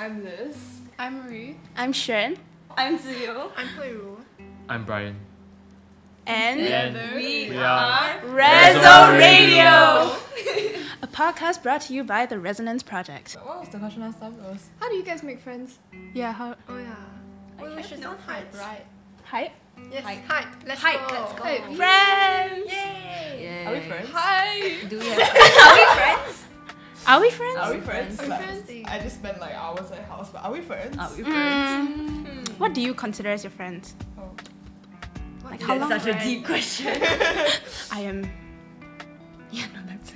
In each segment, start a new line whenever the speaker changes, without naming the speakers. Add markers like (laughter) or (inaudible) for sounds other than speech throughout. I'm Liz.
I'm Ru.
I'm Shen,
I'm Ziyu.
I'm Playru.
I'm Brian.
and
And
We,
we
are.
are-
Rezo
Rezo
Radio, a podcast brought to you by the Resonance Project.
What was the question last time? It was
How do you guys make friends?
Yeah, how
Oh yeah. Well, we should
no
not hype,
friends.
right?
hype?
Yes.
Hype.
Hype. Let's
Hype,
go.
let's go.
Hype.
Friends!
Yay!
Are we friends?
Hi.
Do we have Are we friends?
Are we friends?
Are we friends?
Are we
Like,
friends?
I just spent like hours at house, but are we friends?
Are we friends?
Mm, what do you consider as your friends?
Oh.
Like how long?
That's such a deep
(laughs)
question.
I am.
yeah, no, that's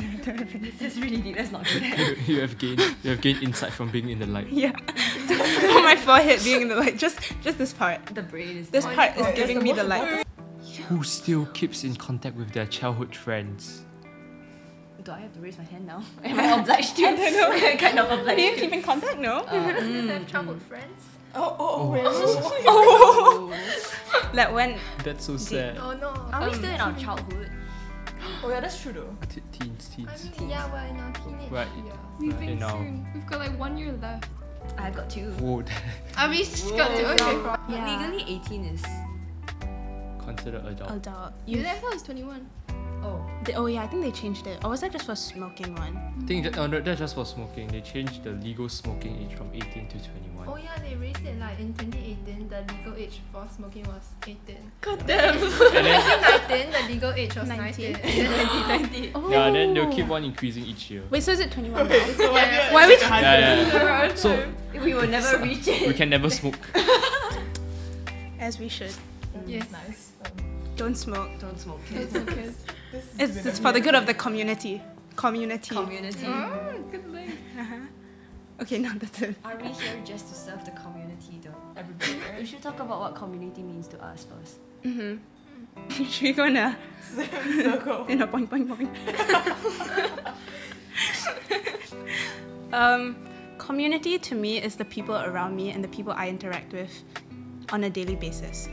This is really deep. Let's not do that.
(laughs) you, you have gained you have gained insight from being in the light.
(laughs) Yeah. My forehead being in the light. Just, just this part.
The brain is
This
not-
part
Oh,
is
that's
giving
the
me
most
the light.
Who still keeps in contact with their childhood friends?
Do I have to raise my hand now? Am (laughs) I obliged to? I don't know. (laughs) kind of obliged
Do you
to. Um,
keep in contact? No.
Mm.
have childhood friends?
Oh, oh,
Oh.
wait.
Oh. (laughs) like when?
That's so sad.
Oh no.
Are we still in our childhood?
Oh, yeah, that's true though.
T- teens,
I
teens.
mean, yeah, we're in our teenage
Right.
year.
We've been know.
We've got like one year left.
I've got two.
Would
Are we just got to? Okay.
Yeah.
Legally, 18 is.
consider adult.
Adult.
You
You.
left us 21.
Oh.
They, oh yeah, I think they changed it. Or was that just for smoking one?
I think that, oh, no, that's just for smoking. They changed the legal smoking age from 18 to 21.
Oh yeah, they raised it like in 2018. The legal age for smoking was 18.
God
(laughs)
damn.
2019, the legal age was 19.
Nineteen.
(laughs) Yeah, then they'll keep on increasing each year.
Oh. Wait, so is it 21 now?
Okay, so
Yeah.
Why are we
talking
Yeah, yeah,
(laughs) about
(laughs) So
We will never reach it.
we can never smoke.
As we should.
Yes.
Nice. Um,
Don't smoke.
Don't smoke
It's
kids.
okay.
this has
It's,
been a
it's for the
weird-
good of the community. Community. Uh-huh.
Community.
Oh,
okay, now that's it.
Are we here just to serve the community though? Everybody. (laughs) we should talk about what community means to us first.
Mm-hmm. (laughs) should we go in a,
(laughs) circle.
(laughs) in a boing boing boing? um, community to me is the people around me and the people I interact with on a daily basis.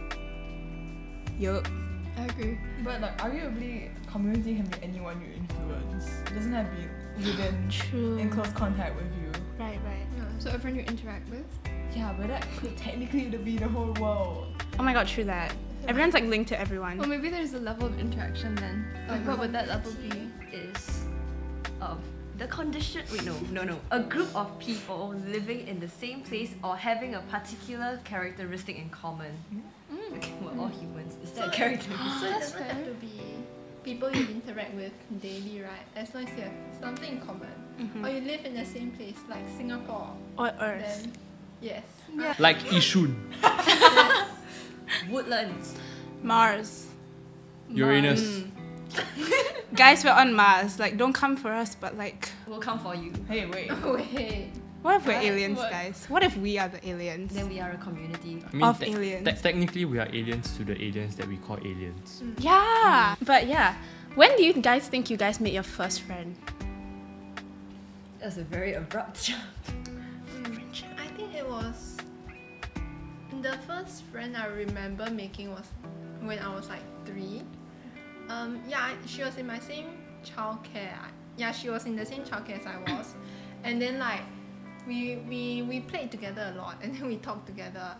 Yo,
I agree.
But like, arguably, community can be anyone you influence. It doesn't have to be within in
true.
close contact with you.
Right, right.
No, so everyone you interact with.
Yeah, but that could technically be the whole world.
Oh my god, true that. Everyone's like linked to
Well,
everyone.
maybe there's a level of interaction then. Like, what would that level (gasps) be?
Is of the condition wait no no no a group of people living in the same place or having a particular characteristic in common. Okay, we're all humans. Is that a characteristic?
So it
That's
doesn't have to be people you interact with daily, right? As long as you have something in common,
Mm-hmm. Mm.
or you live in the same place, like Singapore,
oh, Or Earth.
then yes,
Like Ishun,
Woodlands.
Mars. Mm.
Uranus.
(laughs) Guys, we're on Mars. Like, don't come for us, but like,
We'll come for you.
Hey, wait.
(laughs) wait,
what if we're
Right,
aliens,
what-
guys? What if we are the aliens?
Then we are a community.
I mean,
Of
te-
aliens.
te- technically, we are aliens to the aliens that we call aliens.
Yeah. But yeah, when do you guys think you guys made your first friend?
That's a very
(laughs)
abrupt (laughs) jump.
Friendship.
I think it was the first friend I remember making was when I was like three. Um, yeah, I- she was in my same childcare. I- Yeah, she was in the same childcare as I was, and then like we we we played together a lot, and then we talked together.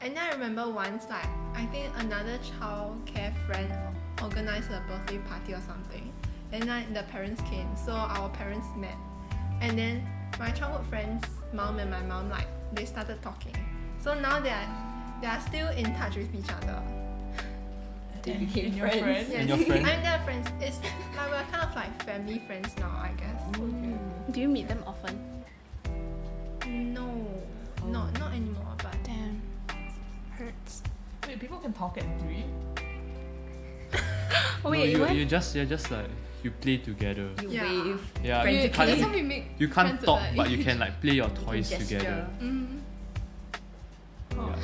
And then I remember once like I think another childcare friend organized a birthday party or something, and then the parents came, so our parents met, and then my childhood friend's mom and my mom like they started talking. So now they are they are still in touch with each other.
They became
your
friends.
friend?
And your friend?
I'm their friends. It's like we're kind of like family friends now, I guess.
Do you meet them often?
No,
Oh.
no, not anymore. But
Damn. Hurts.
Wait, people can talk at three.
Oh,
no,
wait,
you,
what?
you just you're just like you play together.
You
Yeah.
wave.
Yeah, I mean, you
Wait, that's how
can't
we make.
you can't
friends at
talk,
that
but you can like play your
you
toys
gesture.
together.
Mm-hmm.
mm,
Yeah.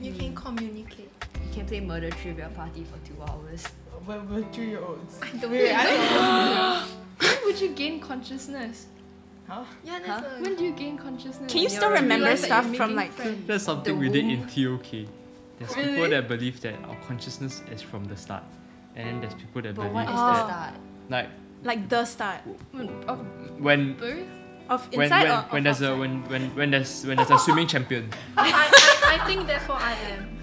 you can communicate.
You can play murder trivia party for two hours.
We're, we're three year olds.
I don't
Wait, wait,
know.
I don't
When would you gain consciousness?
Huh?
Yeah, that's
Huh?
a-
When do you gain consciousness?
Can you
you
still
already
remember
realize that
stuff
you're
from
making
like?
friends?
That's something
The
we did in
womb.
TOK. There's people
Really?
that believe that our consciousness is from the start, and then there's people that
But
believe
what is
Oh.
the
that
start?
like
Like the start.
When- Of
when
birth?
Of
When
inside
when,
or of
when there's a
outside?
when, when when there's when there's a swimming champion.
I, I, I think therefore I am.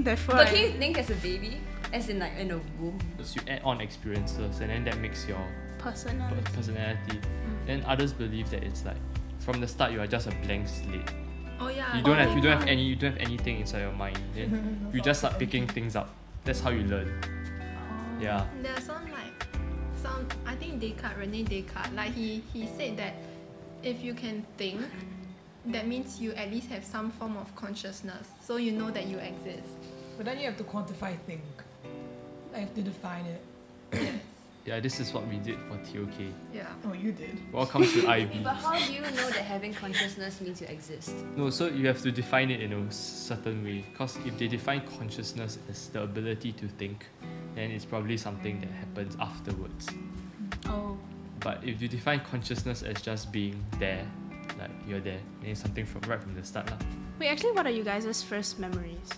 Therefore,
But
I-
can you think as a baby? As in like in a womb?
So you add on experiences and then that makes your per-
personality.
personality. Then others believe that it's like from the start you are just a blank slate.
Oh yeah.
You don't
oh
have
my
you don't have
God.
any you don't have anything inside your mind.
(laughs)
Then you just start picking things up. That's how you learn.
Oh.
Yeah.
There are some like some I think Descartes, Rene Descartes, like he he said that if you can think, that means you at least have some form of consciousness, so you know that you exist.
But then you have to quantify think. I have to define it.
Yeah, this is what we did for TOK.
Yeah.
Oh, you did.
Welcome to
Yeah,
IB.
but how do you know that having consciousness means you exist?
No, so you have to define it in a certain way. Because if they define consciousness as the ability to think, then it's probably something that happens afterwards.
Oh,
But if you define consciousness as just being there, like you're there, then it's something from right from the start. lah.
wait. Actually, what are you guys' first memories?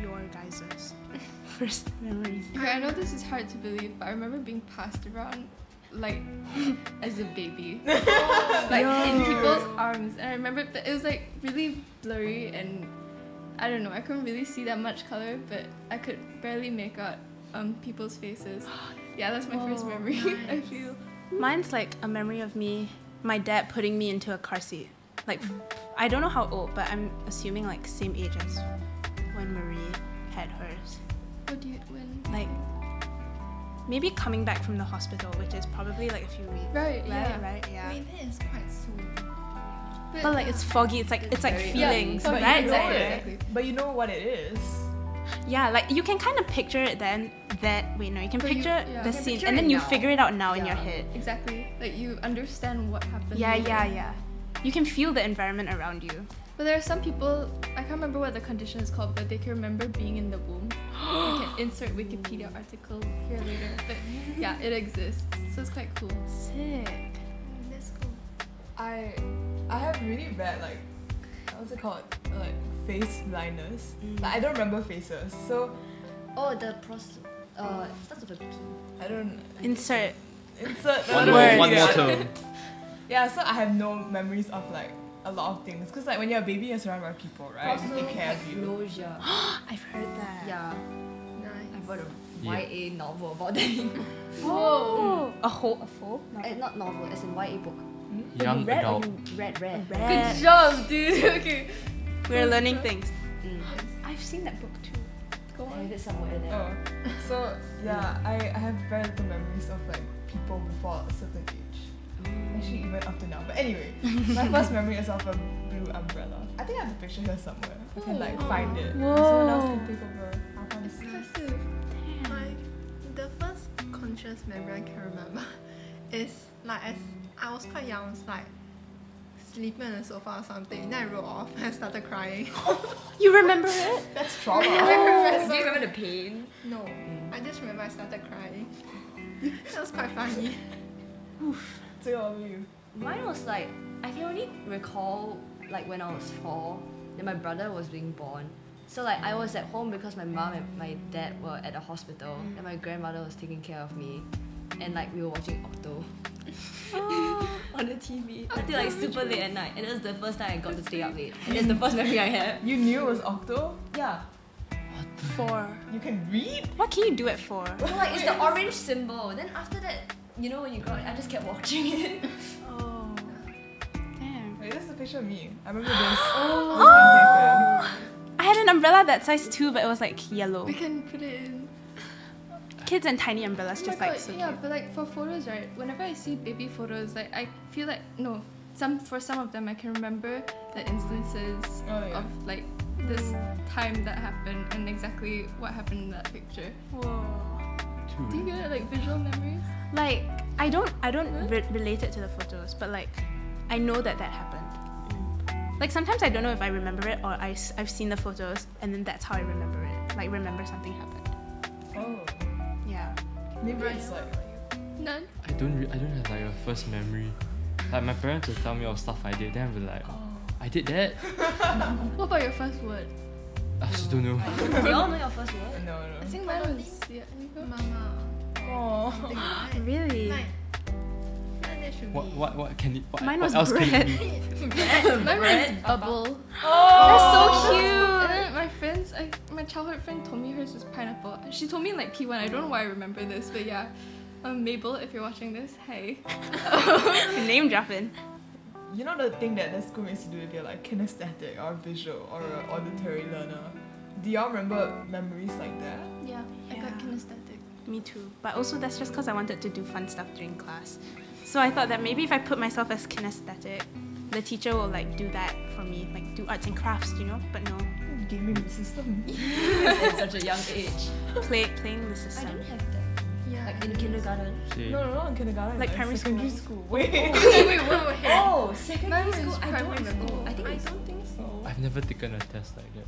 Your guys' (laughs) first memories.
Okay, I know this is hard to believe, but I remember being passed around like (laughs) as a baby.
(laughs)
like in people's arms. And I remember that it was like really blurry and I don't know, I couldn't really see that much color, but I could barely make out um people's faces. Yeah, that's my first
Oh,
memory, (laughs) I
nice.
feel.
Mine's like a memory of me, my dad putting me into a car seat. Like, I don't know how old, but I'm assuming like same age as when Marie had hers.
What do you when
Like, maybe coming back from the hospital, which is probably like a few weeks.
Right,
Right,
yeah.
right, yeah.
Wait, that is quite soon.
But like it's foggy. It's like it's like
Very
feelings,
foggy,
right?
know
exactly,
it.
exactly.
But you know what it is.
Yeah, like you can kind of picture it then. That wait, no, you can
But you-
picture
yeah.
the
You can
scene,
picture
and
it
then you
now.
figure it out now in your
Yeah.
head.
Exactly. Like you understand what happened.
Yeah,
later.
yeah, yeah. You can feel the environment around (gasps) you.
But there are some people, I can't remember what the condition is called, but they can remember being in the womb.
(gasps)
you can insert Wikipedia article here later. But yeah, it exists. So it's quite cool.
Sick.
That's cool.
I I have really bad like what's it called like face blindness.
Mm.
Like I don't remember faces, so
Oh, the pros. Uh, it starts with a P.
I don't
Insert.
insert
One,
another
more,
word.
one more
yeah.
term.
(laughs) Yeah, so I have no memories of like a lot of things because like when you're a baby, you're surrounded by people, right? They take care of you.
(gasps) prosopagnosia.
I've heard that.
yeah, I
Nice.
bought a
Yeah.
YA novel about that. (laughs)
Oh, a whole, a full.
Eh, Not novel, as in YA book.
Hmm?
Young adult.
Read, read.
Red.
Good job, dude. (laughs) okay.
We're learning things.
Mm.
I've seen that book too.
Go
I
on.
have it somewhere there.
Oh, so yeah, I, I have very little memories of like people before a certain age. Actually, even up to now. But anyway, my first memory is of a blue umbrella. I think I have the picture here somewhere. I can like find it. Someone else can take over. I'll find it.
(laughs) Impressive. Like the first conscious memory I can
(laughs)
remember is like as I was quite young, I was like sleeping on the sofa or something. Then I rolled off
(laughs)
and I started crying.
You remember it?
That's trauma.
Do you remember the pain?
No, I just remember I started
(laughs)
crying. that was quite funny.
Two of you.
Mine was like I can only recall like when I was four, then my brother was being born. So like I was at home because my mom and my dad were at the hospital, and my grandmother was taking care of me, and like we were watching Octo (laughs) on the TV until like super late at night, and it was the first time I got to stay up late, and that's the first memory I have.
You knew it was Octo.
(laughs) Yeah,
Four.
You can read.
What can you do at four?
so like it's the orange symbol. Then after that, you know when you grow, I just kept watching it.
Oh. (gasps) Damn.
Wait, this is a picture of me. I remember this.
(gasps)
oh.
I had an umbrella that size two, but it was like yellow.
We can put it in.
Kids and tiny umbrellas,
Oh my
just like
God,
so
yeah,
cute.
but like for photos, right? Whenever I see baby photos, like I feel like no, some for some of them I can remember the instances
Oh, yeah.
of like this time that happened and exactly what happened in that picture.
Whoa.
Do you
Two.
get like visual memories?
Like I don't, I don't re- relate it to the photos, but like I know that that happened. Like sometimes I don't know if I remember it or I, s- I've seen the photos and then that's how I remember it. Like remember something happened.
Oh.
Yeah.
Maybe it's like.
None.
I don't re- I don't have like a first memory. Like my parents will tell me of stuff I did, then I'll be like, oh, I did that.
What about your first word?
I just don't know.
(laughs) Do you all (laughs) know your first word?
(laughs) No, no.
I think
I
mine
don't
was yeah. you go.
Mama.
Oh. (laughs)
Something like
(gasps) Really?
Like, like that should
What
be.
what what can it? What,
Mine
what
was
else can
bread. (laughs)
it be?
(laughs) Mine was bubble.
Oh,
And then my friends, I, my childhood friend told me hers was pineapple. She told me in like P1. I don't know why I remember this, but yeah. Um, Mabel, if you're watching this, hey.
(laughs) Name dropping.
You know the thing that the school makes you do if you're like kinesthetic or visual or an auditory learner. Do y'all remember memories like that?
Yeah, I
Yeah.
got kinesthetic.
Me too. But also, that's just because I wanted to do fun stuff during class. So I thought that maybe if I put myself as kinesthetic, the teacher will like do that for me, like do arts and crafts, you know. But no,
Gaming the system.
at such a young age.
play playing the
I
system.
didn't have that.
Yeah.
Like in
(laughs)
kindergarten.
Say-
No, no, not in kindergarten.
Like primary school.
secondary school. Wait.
wait, wait, wait,
(laughs)
wait.
Oh, secondary
Mine
school.
was
I don't
primary
remember.
school.
I think
I
it's
don't think so.
I've never taken a test like that.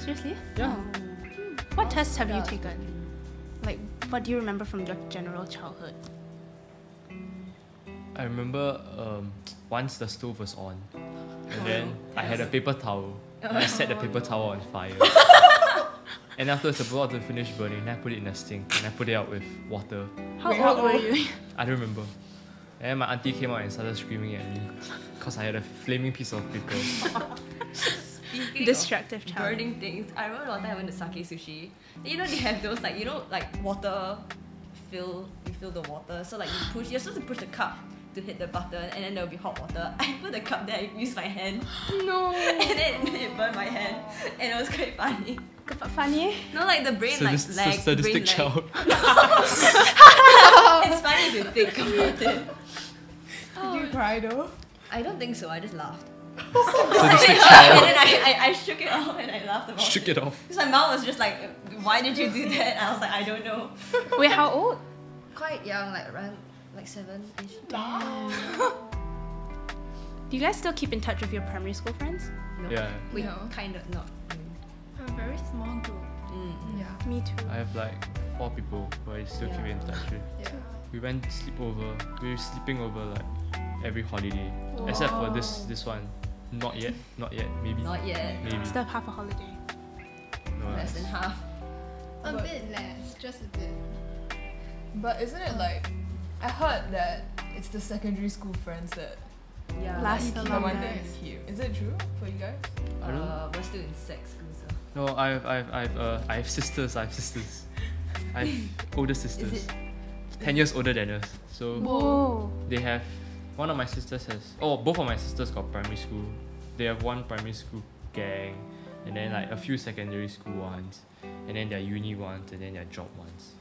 Seriously?
Yeah.
Oh. What tests have you taken? Like, what do you remember from your general childhood?
I remember um, once the stove was on,
Oh.
and then I had a paper towel. And I set the paper towel on
(laughs)
fire. and afterwards, the about to finish burning, and I put it in a sink and I put it out with water.
How
Wait,
old
how
were
old?
you?
I don't remember. And then my auntie came out and started screaming at me because I had a flaming piece of paper.
(laughs)
Speaking
Destructive
of
child.
burning things. I remember one time I went to sake sushi. You know they have those like you know like water fill you fill the water. So like you push you're supposed to push the cup to hit the button and then there'll be hot water. (laughs) I put the cup there, I used my hand. No (laughs) and then it burned my hand. And it was quite funny.
But funny. eh?
No like the brain
so
like
this so
lags,
sadistic
brain lag.
child. (laughs)
It's funny if you think about it. (laughs)
Did you cry though?
I don't think so, I just laughed.
(laughs)
(laughs)
sadistic
and
child.
then I, I, I shook it off and I laughed about
Shook
it.
it off.
Because my mom was just like, why did you do that? And I was like, I don't know.
(laughs) Wait, how old?
Quite young, like around like seven ish.
Do you guys still keep in touch with your primary school friends?
No.
Yeah.
We
No.
kind of not.
A very small group.
Mm.
Yeah.
Me too.
I have like four people who I still keep in touch with.
Yeah.
We went sleepover. We were sleeping over like every holiday. Except for this this one. Not yet. Not yet. Maybe.
Not yet.
Maybe.
Still have half a holiday.
No,
Less than half.
A
But-
bit less, just a bit.
But isn't it like I heard that it's the secondary school friends that
Yeah.
Last
the
The
one that
longest.
you keep. Is it true for you guys?
I don't-
Uh, we're still in sex school, so.
no I've I've I've uh, I have sisters, I have sisters. I
(laughs)
have older sisters.
it-
Ten years older than us. So
Whoa.
they have one of my sisters has oh both of my sisters got primary school they have one primary school gang and then like a few secondary school ones and then their uni ones and then their job ones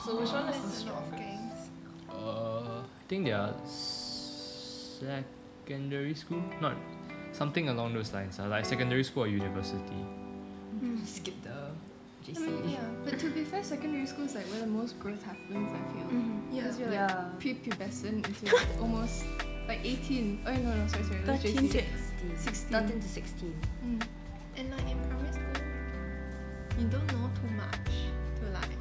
So which one is the
Oh,
strongest?
That's a lot of gangs.
uh i think they are secondary school not something along those lines uh, like secondary school or university
Skip the
I
JC.
mean, yeah. But to be fair, secondary school is like where the most growth happens, I feel.
Mhm.
Yeah.
Because you're like
Mm. Yeah.
prepubescent until like, almost like 18. Oh, no, no, sorry, sorry. that's
13
JC.
to
16.
13 to 16.
Mm.
And like in primary school, you don't know too much to like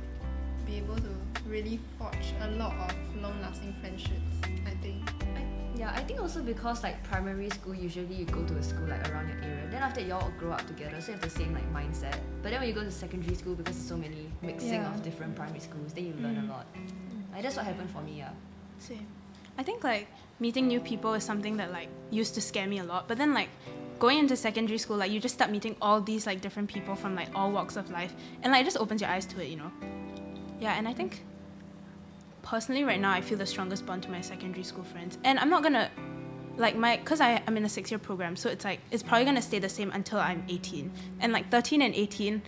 be able to really forge a lot of long-lasting friendships. I think.
Yeah, I think also because like primary school, usually you go to a school like around your area. Then after y'all grow up together, so you have the same like mindset. But then when you go to secondary school, because there's so many mixing
Yeah.
of different primary schools, then you learn a lot. Like that's what happened for me. Yeah.
Same. I think like meeting new people is something that like used to scare me a lot. But then like going into secondary school, like you just start meeting all these like different people from like all walks of life, and like it just opens your eyes to it, you know. Yeah, and I think personally right now I feel the strongest bond to my secondary school friends, and I'm not gonna like my because I I'm in a six year program, so it's like it's probably gonna stay the same until I'm 18, and like 13 and 18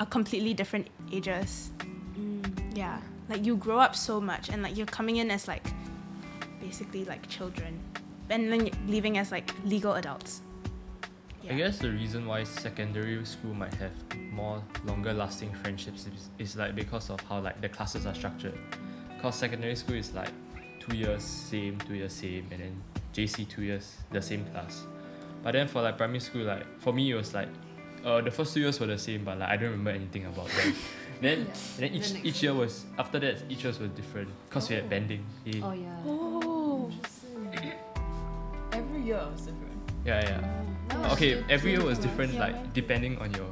are completely different ages Mm, yeah like you grow up so much and like you're coming in as like basically like children and then you're leaving as like legal adults
I guess the reason why secondary school might have more longer lasting friendships is, is like because of how like the classes are structured. Cause secondary school is like two years same, two years same, and then JC two years the same class. But then for like primary school, like for me it was like, uh, the first two years were the same, but like I don't remember anything about
(laughs)
them. then
Yeah.
and then each
The next
each year was after that each year was different. Cause we
Oh.
had bending. Yeah.
Oh yeah.
oh
Interesting. Every year was different.
yeah, yeah.
That
Okay,
was two-
every
two
year was
different
different,
ones.
like depending on your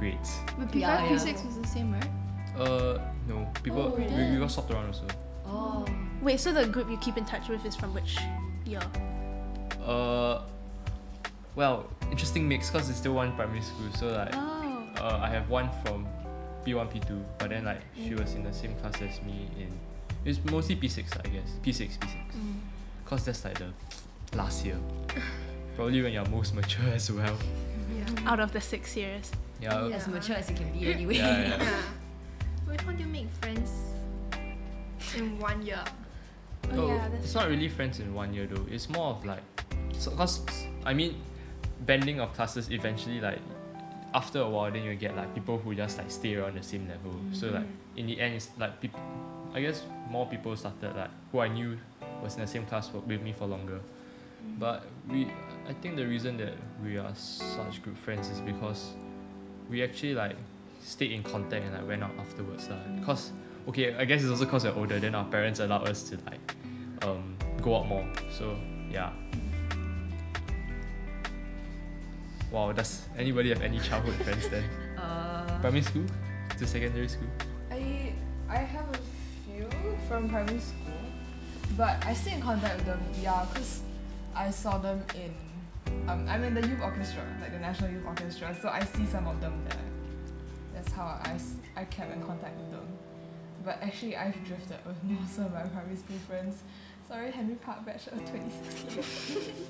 grades.
But P5,
Yeah, yeah.
P6 was the same, right?
Uh, no. People,
Oh,
we, we
damn.
got swapped around also.
Oh, Oh.
Wait, so the group you keep in touch with is from which year?
Uh, well, interesting mix because it's still one primary school. So like,
Oh.
uh, I have one from P1, P2, but then like she was in the same class as me in. It's mostly P6, I guess. P6, P6.
Mm.
Cause that's like the last year. Probably when you're most mature as well.
Um,
Out of the six years.
Yeah.
As
Yeah.
mature as you can be anyway.
Yeah, yeah.
Yeah. Wait, how do you make friends in one year?
Oh, yeah, that's
it's not really friends in one year though. It's more of like, so, cause I mean, bending of classes eventually like, after a while then you get like people who just like stay around the same level. So
Mm-hmm.
like in the end it's like people, I guess more people started like who I knew was in the same class for, with me for longer.
Hmm.
But we, I think the reason that we are such good friends is because we actually like stayed in contact and like went out afterwards lah. Cause okay, I guess it's also cause we're older. Then our parents allow us to like um, go out more. So yeah. Wow, does anybody have any childhood friends then?
(laughs) Uh,
Primary school to secondary school?
I I have a few from primary school, but I stay in contact with them. Yeah, cause I saw them in um, I'm in the youth orchestra, like the national youth orchestra. So I see some of them there. That's how I s- I kept in contact with them. But actually, I've drifted with (laughs) most of my primary school friends. Sorry, Henry Park batch of 2016.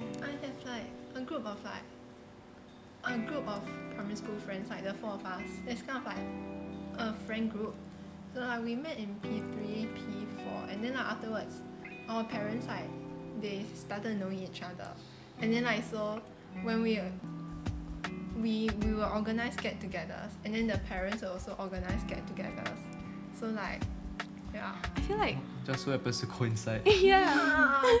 I have like a group of like a group of primary school friends, like the four of us. It's kind of like a friend group. So like we met in P three, P four, and then like afterwards, our parents like they started knowing each other, and then like so when we we we will organize get-togethers, and then the parents will also organize get-togethers. So like, yeah,
I feel like (laughs)
Just so happens to coincide.
yeah.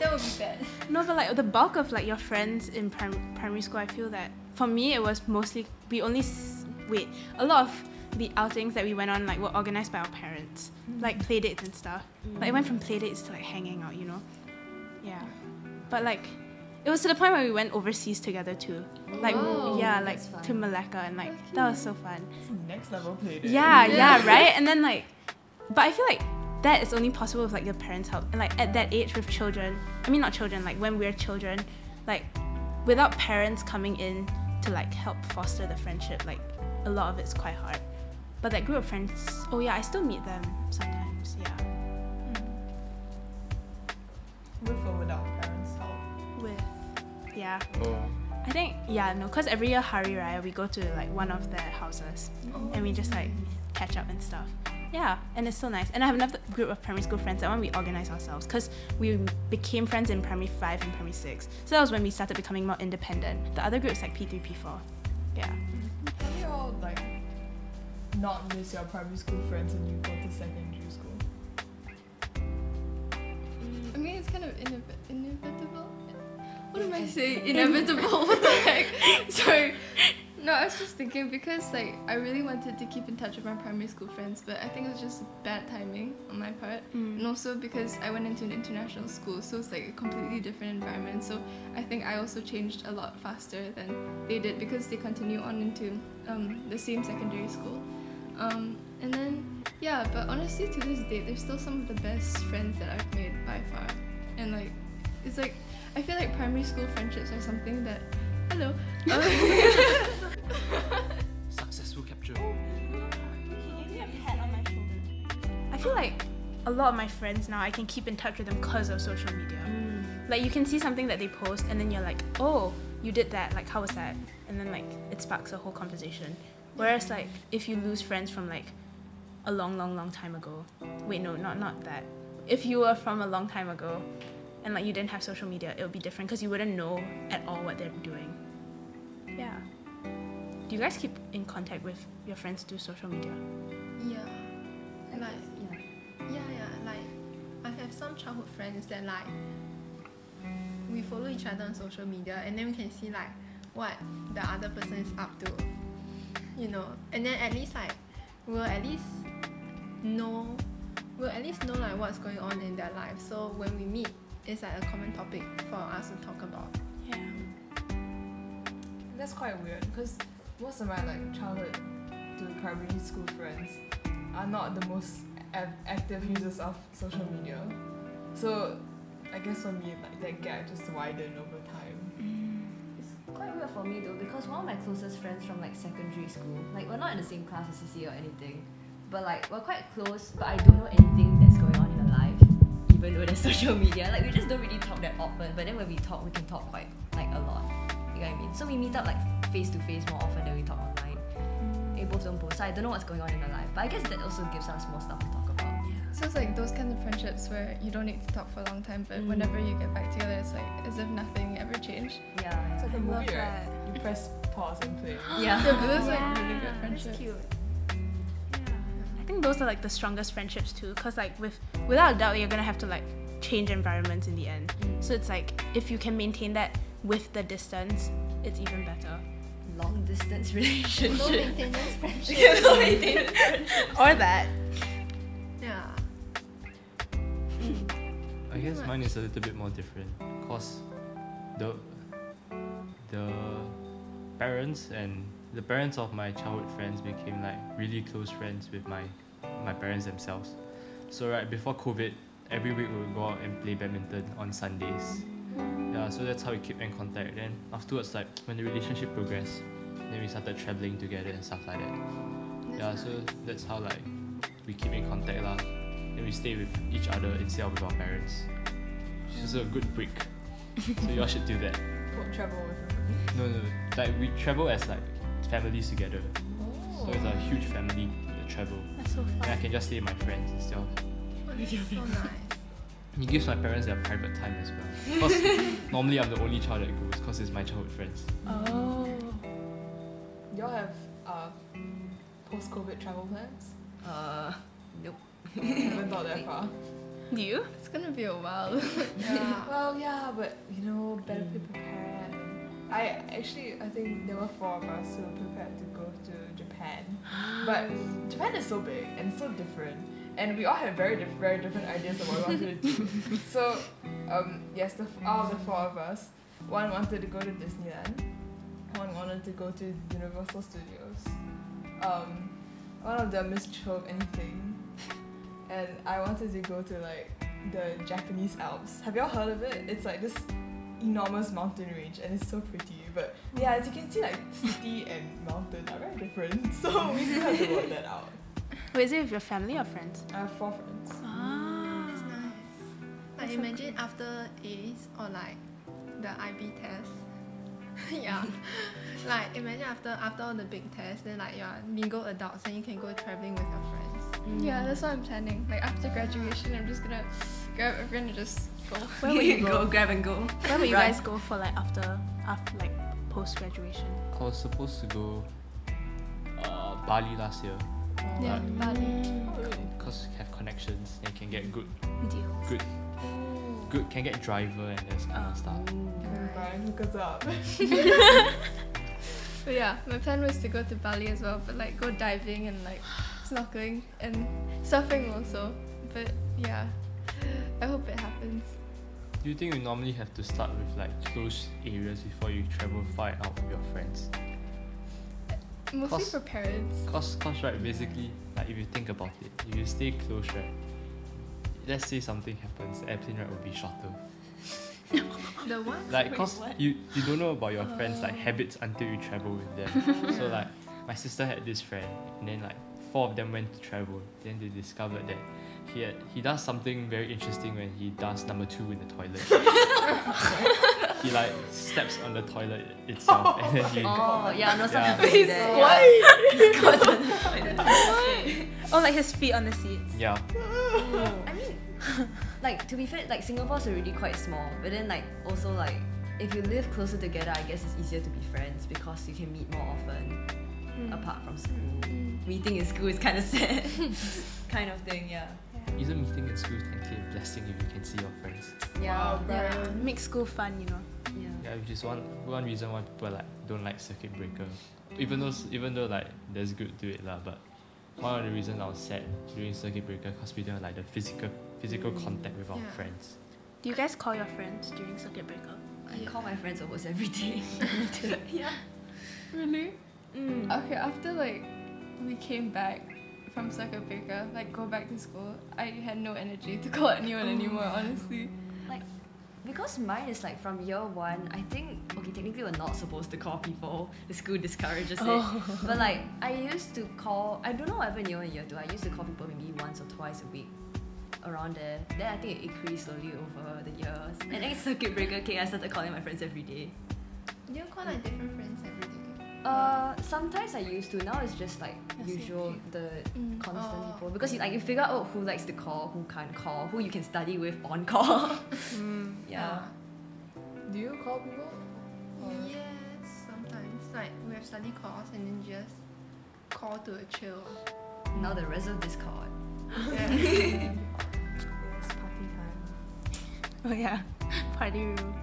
(laughs) that would be bad.
No, but like the bulk of like your friends in prim- primary school, I feel that for me it was mostly we only s- wait a lot of the outings that we went on like were organized by our parents, like play dates and stuff. Like it went from play dates to like hanging out, you know. Yeah, but like it was to the point where we went overseas together too. Like
Wow,
yeah, like
that's fun.
to Malacca and like that was so fun.
Next level play day.
Yeah, yeah, right? And then like but I feel like that is only possible with like your parents' help. And like at that age with children, I mean not children, like when we're children, like without parents coming in to like help foster the friendship, like a lot of it's quite hard. But that group of friends, oh yeah, I still meet them sometimes, yeah.
Mm.
With or without parents' help.
With yeah.
Oh,
I think yeah, no, cause every year Hari Raya we go to like one of their houses and we just like catch up and stuff. Yeah, and it's so nice. And I have another group of primary school friends. That one we organize ourselves because we became friends in primary five and primary six. So that was when we started becoming more independent. The other group's like P three, P four. Yeah.
Can you all like not miss your primary school friends when you go to secondary school?
I mean, it's kind of inev- inevitable. What am I saying? Inevitable? what the heck? Sorry. No, I was just thinking because like I really wanted to keep in touch with my primary school friends, but I think it was just bad timing on my part,
Mm.
and also because I went into an international school, so it's like a completely different environment. So I think I also changed a lot faster than they did because they continue on into um, the same secondary school, um, and then yeah, but honestly, to this day, they're still some of the best friends that I've made by far. And like, it's like, I feel like primary school friendships are something that, hello,
successful capture.
I feel like a lot of my friends now I can keep in touch with them because of social media. Like you can see something that they post and then you're like, oh, you did that. Like how was that? And then like it sparks a whole conversation. Whereas like if you lose friends from like a long, long, long time ago, wait, no, not not that. If you were from a long time ago, and like you didn't have social media, it would be different because you wouldn't know at all what they're doing. Yeah. Do you guys keep in contact with your friends through social media?
Yeah. Like yeah, yeah. Like I have some childhood friends that like we follow each other on social media and then we can see like what the other person is up to. You know. And then at least like we'll at least know we'll at least know like what's going on in their life. So when we meet it's like a common topic for us to talk about.
Yeah.
That's quite weird because most of my like childhood to primary school friends are not the most ac- active users of social media. So I guess for me, like that gap just widened over time.
It's quite weird for me though because one of my closest friends from like secondary school, like we're not in the same class as CC or anything, but like we're quite close. But I don't know anything that's going on in her life, even though there's (laughs) social media. Like we just don't really talk that often. But then when we talk, we can talk quite like a lot. You know what I mean? So we meet up like face to face more often than we talk online. We both don't post, so I don't know what's going on in her life. But I guess that also gives us more stuff to talk about.
So it's like those kinds of friendships where you don't need to talk for a long time, but
Mm.
whenever you get back together, it's like as if nothing ever changed.
Yeah. (gasps)
It's like a
I love
movie, right?
that.
You press pause and play.
Yeah.
Yeah, but those are really good
that's
friendships.
cute. I think those are like the strongest friendships too, because like with without a doubt you're gonna have to like change environments in the end. So it's like if you can maintain that with the distance, it's even better.
Long distance (laughs) relationship.
Low maintenance
(laughs)
friendship.
Low maintenance
Or that.
Yeah.
I guess mine is a little bit more different because the the parents and the parents of my childhood friends became like really close friends with my my parents themselves. So right before COVID, every week we would go out and play badminton on Sundays. Yeah, so that's how we keep in contact. Then afterwards, like when the relationship progressed, then we started traveling together and stuff like that. yeah, so that's how like we keep in contact lah. Then we stay with each other instead of with our parents. It's just a good break. so y'all should do that.
What travel with her.
(laughs) No, no, like we travel as like families together. So it's a huge family uh, travel.
That's so
And I
fun.
can just stay with my friends instead of
Oh, that's so nice.
It gives my parents their private time as
(laughs)
well. Because normally I'm the only child that goes because it's my childhood friends.
Oh.
Y'all have uh, post-COVID travel plans? (laughs)
Uh,
haven't thought that far.
Do you?
It's gonna be a while.
(laughs)
Yeah.
Well, yeah, but you know, better be prepared. I actually, I think there were four of us who were prepared to go to Japan, but Japan is so big and so different, and we all had very diff- very different ideas of what we wanted to do. So, um, yes, the f- out of the four of us, one wanted to go to Disneyland, one wanted to go to Universal Studios, um, one of them mistrove anything, and I wanted to go to like the Japanese Alps. Have y'all heard of it? It's like this enormous mountain range and it's so pretty. But yeah, as you can see, like city and mountain are very different. (laughs) So we still have to work that out.
Wait, is it with your family or friends?
I have four friends.
Ah.
(laughs)
It's nice. Like
That's so
imagine after A's or like the IB test. (laughs)
(laughs)
yeah. like imagine after after all the big tests, then like you're mingle adults and you can go traveling with your friends.
Mm.
yeah, that's what I'm planning. Like after graduation, I'm just gonna grab everyone and just go.
Where will
(laughs)
you
(laughs) go
go?
grab and go.
Where will you
Right.
guys go for like after after like post graduation?
I was supposed to go uh, Bali last year.
Yeah, Bali.
Oh,
Because have connections and can get good
Deal.
good can get driver and this kind of stuff.
Brian, hook us up. (laughs)
But yeah, my plan was to go to Bali as well, but like go diving and like snorkeling and surfing also. But yeah, I hope it happens.
Do you think you normally have to start with like close areas before you travel far and out with your friends?
Mostly
Cause-
for parents.
Cause, cause right, basically, like if you think about it, if you stay close, right, let's say something happens, the airplane ride will be shorter.
The one
Like, cause you, you don't know about your friends' like habits until you travel with them. so like, my sister had this friend, and then like four of them went to travel. Then they discovered that he had, he does something very interesting when he does number two in the toilet. he like steps on the toilet itself, and then he
(laughs) Oh, yeah, no
Yeah.
such thing.
(laughs) What?
Oh, like his feet on the seats.
yeah.
(laughs) I (laughs) mean, like to be fair, like Singapore's already quite small, but then like also like if you live closer together, I guess it's easier to be friends because you can meet more often
Mm.
apart from school. Meeting in school is kind of (laughs) sad, kind of thing. Yeah.
Isn't meeting in school technically a blessing if you can see your friends?
Yeah.
Yeah. Make school fun, you know.
Yeah.
Yeah, which is one one reason why people like don't like circuit breaker. Even though s- even though like there's good to it lah, but one of the reasons I was sad during circuit breaker because we didn't have, like the physical physical contact with our
Yeah.
friends.
Do you guys call your friends during circuit breaker?
I call my friends almost every day. (laughs) yeah.
Really?
Mm.
Oh,
Okay, after like we came back
from circuit breaker, like go back to school, I had no energy to call anyone anymore, honestly.
Because mine is like from year one, I think okay, technically we're not supposed to call people. The school discourages
Oh,
it. But like I used to call I don't know what happened year one year two. I used to call people maybe once or twice a week around there. Then I think it increased slowly over the years. And then circuit breaker came, I started calling my friends every day.
Do you call like different friends every day?
Uh sometimes I used to, now it's just like
That's so
usual the
Mm.
constant
Oh.
people. Because you like you figure out who likes to call, who can't call, who you can study with
(laughs)
on call. yeah.
Do you call people?
(laughs)
Or-
Yes, sometimes like we have study calls and then just call to a chill.
Oh.
Now the rest of Discord.
Yeah.
Yes, party time.
(laughs) Oh yeah, party room.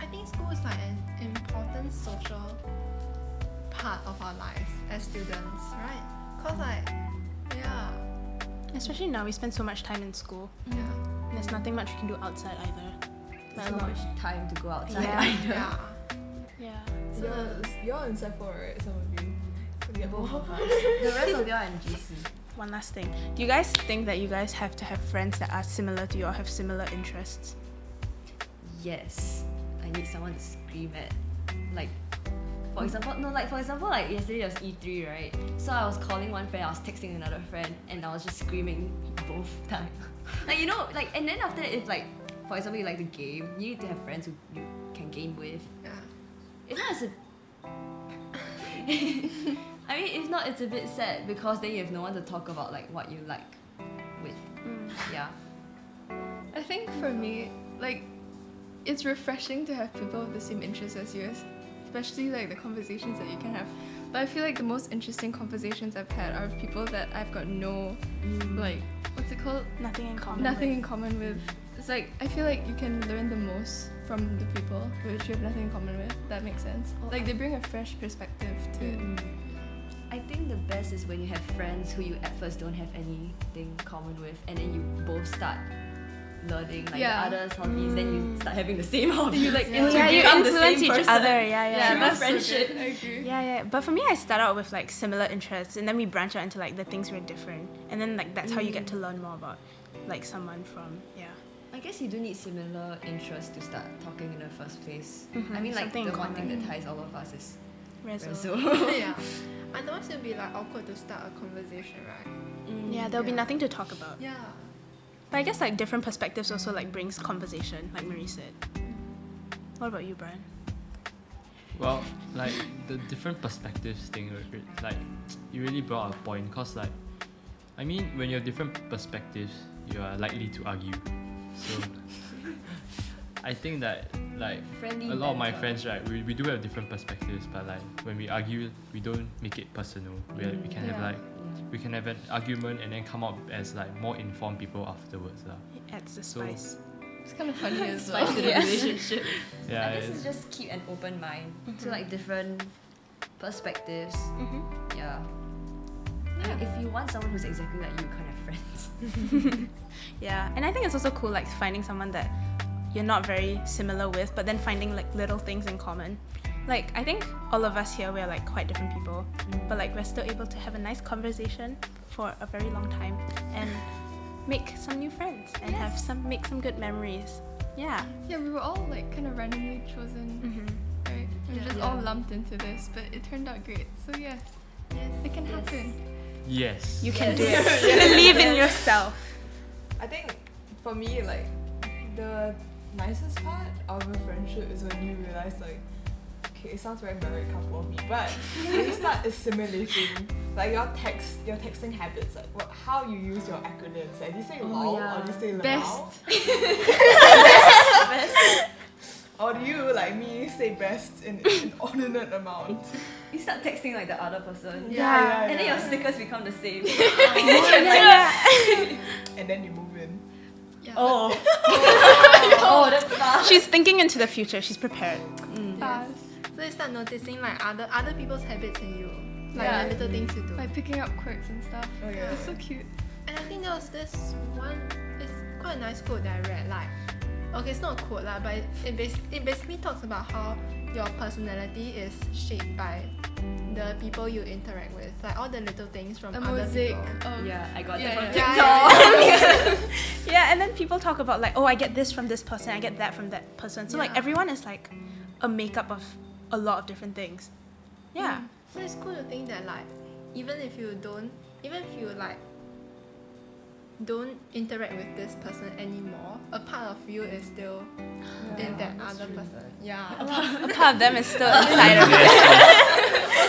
I think school is like an important social part of our lives as students, right? Cause like, yeah,
Especially now, we spend so much time in school.
yeah,
There's nothing much you can do outside either. Like
so
a lot.
much time to go outside.
Yeah.
yeah.
Yeah.
So
You're, you're in Sec 4, right? Some of you. So yeah,
Both of us. (laughs) The rest of y'all are in GC.
One last thing. Do you guys think that you guys have to have friends that are similar to you or have similar interests?
Yes, I need someone to scream at. Like, for example, no, like for example, like yesterday there was E three, right? So I was calling one friend, I was texting another friend, and I was just screaming both (laughs) time. like you know, like and then after that, if like, for example, you like to game, you need to have friends who you can game with.
yeah.
If not, it's a. (laughs) I mean, if not, it's a bit sad because then you have no one to talk about like what you like with. Yeah.
I think for me, like, it's refreshing to have people with the same interests as you, es- especially like the conversations that you can have. But I feel like the most interesting conversations I've had are with people that I've got no, like, what's it called?
Nothing in common.
Nothing in common with. It's like, I feel like you can learn the most from the people which you have nothing in common with. That makes sense.
Oh, Mm.
Like, they bring a fresh perspective to it.
I think the best is when you have friends who you at first don't have anything common with, and then you both start learning like
Yeah.
the others' hobbies. Then you start having the same (laughs) hobby.
You, like,
yeah.
influence-
Yeah, you
become the
influence
same
each
person.
other. Yeah, yeah.
Yeah,
yeah. (laughs)
that's-
so good.
friendship.
I agree.
Yeah, yeah. But for me, I start out with like similar interests, and then we branch out into like the things we're different, and then like that's how you
Mm.
get to learn more about like someone from yeah.
I guess you do need similar interests to start talking in the first place.
Mhm,
Mm-hmm. I mean, like
something
the
in
one thing
common.
that ties all of us is (laughs)
Rezo.
Rezo.
yeah. Otherwise, it'll be like awkward to start a conversation, right?
Yeah, there'll be
Yeah.
nothing to talk about.
Yeah.
But I guess like different perspectives also like brings conversation, like Marie said. What about you, Brian?
Well, like the different perspectives thing, was re- like you really brought a point. Cause like, I mean, when you have different perspectives, you are likely to argue. So, (laughs) I think that like
Friendly
a lot of my
banter.
friends, right, we, we do have different perspectives, but like when we argue, we don't make it personal. We we can have
Yeah.
like we can have an argument and then come out as like more informed people afterwards, lah.
It adds the
So-
spice.
It's kind of funny
(laughs)
as well.
Spice to the relationship.
Yeah,
I guess it's
it's-
just keep an open mind to
Hmm.
like different perspectives. Yeah. I mean, if you want someone who's exactly like you, you can't have friends. (laughs)
Yeah, and I think it's also cool like finding someone that you're not very similar with, but then finding like little things in common. Like I think all of us here we're like quite different people,
(laughs)
but like we're still able to have a nice conversation for a very long time and make some new friends and have some make some good memories. Yeah.
Yeah, we were all like kind of randomly chosen,
Mm-hmm. Mm.
right? We were just all lumped into this, but it turned out great. So yes,
Yes.
it can happen.
yes.
You can
Yes.
do
(laughs)
it. Believe in yourself.
I think for me, like the nicest part of a friendship is when you realize, like, okay, it sounds very married couple of me, but when you start assimilating, like your text, your texting habits, like what, how you use your acronyms, like do you say
Oh,
lol
yeah.
or do you say lol,
Best.
(laughs) or do you like me say best in an inordinate amount?
You start texting like the other person.
Yeah, yeah,
And then
yeah.
your stickers become the same.
(laughs) and then you move in.
Yeah.
oh. oh, that's fast.
She's thinking into the future. She's prepared.
Fast.
So you start noticing like other other people's habits in you, like
Yeah.
the little things you do.
Like picking up quirks and stuff.
Oh yeah.
It's so cute.
And I think there was this one, it's quite a nice quote that I read. Like, okay, it's not a quote lah, but it, it, bas- it basically talks about how your personality is shaped by the people you interact with, like all the little things from
A
other
mosaic
people.
of
Yeah, I got
Yeah,
that from
yeah.
TikTok.
Yeah, yeah,
Yeah, and then people talk about like, oh, I get this from this person, I get that from that person. So like
Yeah.
everyone is like a makeup of a lot of different things.
mm,
Yeah.
So it's cool to think that like even if you don't even if you like don't interact with this person anymore, a part of you is still in that other person. Yeah.
A part of them is (laughs) still inside of it.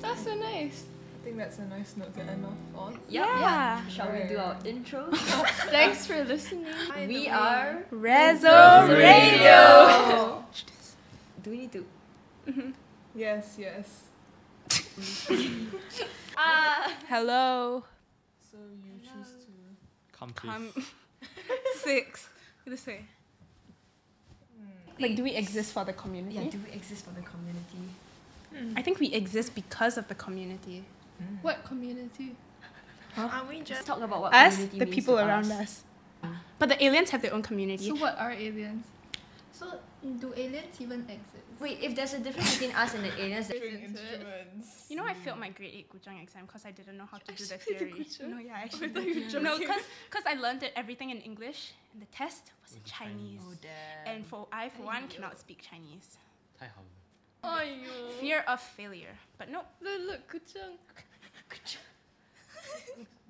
That's so nice.
I think that's a nice note to end off on.
Yeah.
Yeah.
Shall we do our intro?
Thanks for listening.
By the
we
way-
are.
Rezo Radio.
Radio.
(laughs)
Do we need to?
Yes, yes.
Uh,
Ah.
Hello.
So you choose to.
Come please.
Come (laughs) six. What to say?
Mm.
Like, do we exist for the community?
Yeah. Do we exist for the community?
Hmm.
I think we exist because of the community.
What community?
Are we
Just
just
talk about what
us,
community
the
means
people
to
around
us.
us. But the aliens have their own community.
So what are aliens?
so do aliens even exist?
Wait, if there's a difference between us and the aliens, then
String
(laughs)
instruments.
You know, I failed my grade eight Gujang exam because I didn't know how to do the
actually did
theory.
Gujang?
No, yeah, I actually
thought
did.
you were
No,
joking.
because I learned it, everything in English, and the test was in
Was in
Chinese.
Chinese.
Oh,
damn.
And for I, for one, cannot speak Chinese.
太好了。
Oh, you.
Fear of failure. But nope.
Look, look, Kuchang.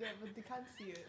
Yeah, but they can't see it.